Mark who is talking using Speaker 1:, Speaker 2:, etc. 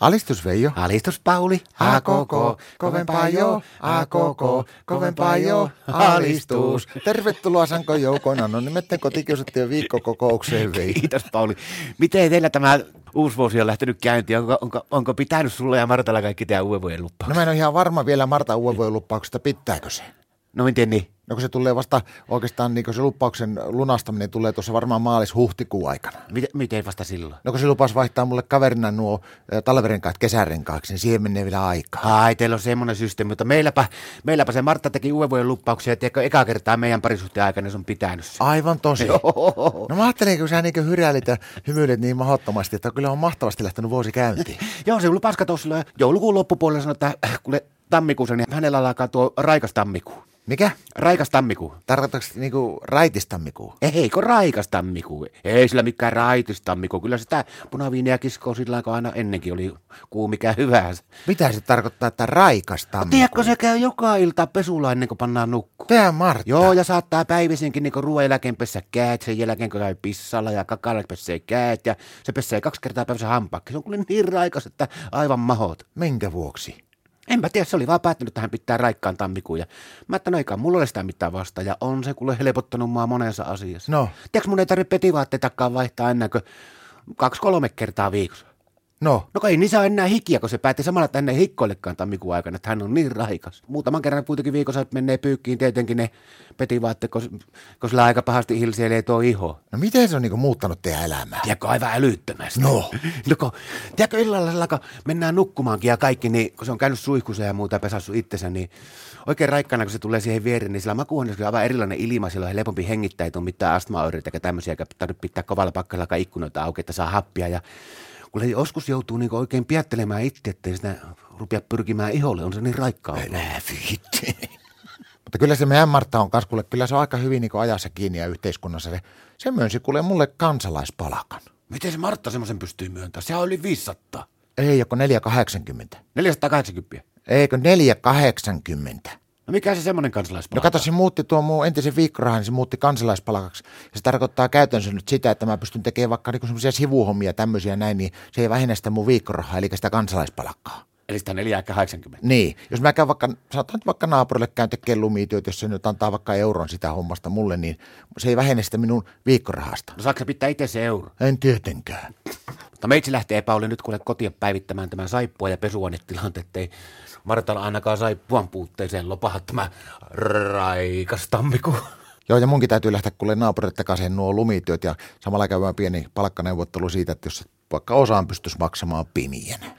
Speaker 1: Alistus Veijo.
Speaker 2: Alistus Pauli.
Speaker 1: Tervetuloa Sanko Joukona. No nimetten kotikiusattujen viikkokokoukseen Veijo.
Speaker 2: Kiitos Pauli. Miten teillä tämä uusi vuosi on lähtenyt käyntiin? Onko, onko, onko pitänyt sulle ja Martalla kaikki tämä uuden vuoden luppa?
Speaker 1: No mä en ole ihan varma vielä Marta Uuenvojen luppauksesta, pitääkö se?
Speaker 2: No miten niin?
Speaker 1: No kun se tulee vasta oikeastaan, niin kun se luppauksen lunastaminen tulee tuossa varmaan maalis-huhtikuun aikana.
Speaker 2: Miten, miten vasta silloin?
Speaker 1: No kun se lupas vaihtaa mulle kaverina nuo ö, talvirenkaat kesärenkaaksi, niin siihen menee vielä aikaa.
Speaker 2: Ai, teillä on semmoinen systeemi, mutta meilläpä, meilläpä se Martta teki uuden vuoden luppauksia, etteikö eka kertaa meidän parisuhteen aikana se on pitänyt se.
Speaker 1: Aivan tosi.
Speaker 2: Joo.
Speaker 1: No mä ajattelin, kun sä niin hyräilit ja hymyilet niin mahdottomasti, että kyllä on mahtavasti lähtenyt vuosi käyntiin.
Speaker 2: Joo, se lupas katsoi silloin joulukuun loppupuolella sanoi, että äh, kuule tammikuussa, niin hänellä alkaa tuo raikas tammikuu.
Speaker 1: Mikä?
Speaker 2: Raikas tammikuu.
Speaker 1: Tarkoitatko niinku raitistammikuu?
Speaker 2: Ei, Eikö raikas tammikuu? Ei sillä mikään raitis tammikuu. Kyllä sitä punaviiniä kiskoo sillä aikaa aina ennenkin oli kuu mikä hyvä.
Speaker 1: Mitä se tarkoittaa, että raikas tammikuu?
Speaker 2: Tiedätkö, se käy joka ilta pesulla ennen kuin pannaan nukkua.
Speaker 1: Tää Martta.
Speaker 2: Joo, ja saattaa päivisinkin niin ruoan jälkeen pessä käät, sen jälkeen kun käy pissalla ja kakalla pessee käät, ja se pessee kaksi kertaa päivässä hampaakin. Se on kyllä niin raikas, että aivan mahot.
Speaker 1: Minkä vuoksi?
Speaker 2: En mä tiedä, se oli vaan päättänyt, että hän pitää raikkaan tammikuun. Ja mä että no eikä mulla ole sitä mitään vasta, ja on se kuule helpottanut mua monessa asiassa.
Speaker 1: No,
Speaker 2: Tiedätkö, mun ei tarvitse petivaatteitakaan vaihtaa ennen kuin kaksi-kolme kertaa viikossa.
Speaker 1: no.
Speaker 2: No kun ei niissä ole enää hikiä, kun se päätti samalla, että hän ei hikkoillekaan tammikuun aikana, että hän on niin raikas. Muutaman kerran kuitenkin viikossa menee pyykkiin tietenkin ne petivaatteet, kun, kun sillä aika pahasti hilseilee tuo iho.
Speaker 1: No miten se on niinku muuttanut teidän elämää?
Speaker 2: Tiedätkö, aivan älyttömästi.
Speaker 1: No.
Speaker 2: no kun, tiedätkö, illalla sillä, kun mennään nukkumaankin ja kaikki, niin kun se on käynyt suihkussa ja muuta ja pesassu itsensä, niin oikein raikkana, kun se tulee siihen viereen, niin sillä makuuhuoneessa on aivan erilainen ilma, sillä on helpompi hengittää, ei tule mitään astmaoireita eikä tämmöisiä, eikä tarvitse pitää kovalla pakkalla ikkunoita auki, että saa happia. Ja kun se joskus joutuu niin oikein piättelemään itse, ettei sitä rupea pyrkimään iholle, on se niin raikkaa. ollut.
Speaker 1: Mutta kyllä se meidän Martta on kans, kuule, kyllä se on aika hyvin niinku ajassa kiinni ja yhteiskunnassa. Se, se myönsi kuule mulle kansalaispalakan.
Speaker 2: Miten se Martta semmoisen pystyy myöntämään? Sehän on yli 500.
Speaker 1: Ei, joko 480.
Speaker 2: 480.
Speaker 1: Eikö 480?
Speaker 2: No mikä se semmoinen
Speaker 1: No
Speaker 2: kansalaispalkka?
Speaker 1: kato, se muutti tuo muu entisen viikkorahan, niin se muutti kansalaispalkaksi. Ja se tarkoittaa käytännössä nyt sitä, että mä pystyn tekemään vaikka niinku semmoisia sivuhommia tämmöisiä näin, niin se ei vähennä sitä mun viikkorahaa, eli sitä kansalaispalkkaa.
Speaker 2: Eli sitä 480.
Speaker 1: Niin, jos mä käyn vaikka, sanotaan nyt vaikka naapurille käyn tekemään lumityöt, jos se nyt antaa vaikka euron sitä hommasta mulle, niin se ei vähennä sitä minun viikkorahasta.
Speaker 2: No saako se pitää itse se euro?
Speaker 1: En tietenkään.
Speaker 2: Mutta meitsi lähtee Pauli nyt kuule kotiin päivittämään tämän saippua ja pesuainetilanteen, ettei Martalla ainakaan saippuan puutteeseen lopaha tämä raikas tammikuu.
Speaker 1: Joo, ja munkin täytyy lähteä kuule naapurille takaisin nuo lumityöt ja samalla käydään pieni palkkaneuvottelu siitä, että jos vaikka osaan pystyisi maksamaan pimienä.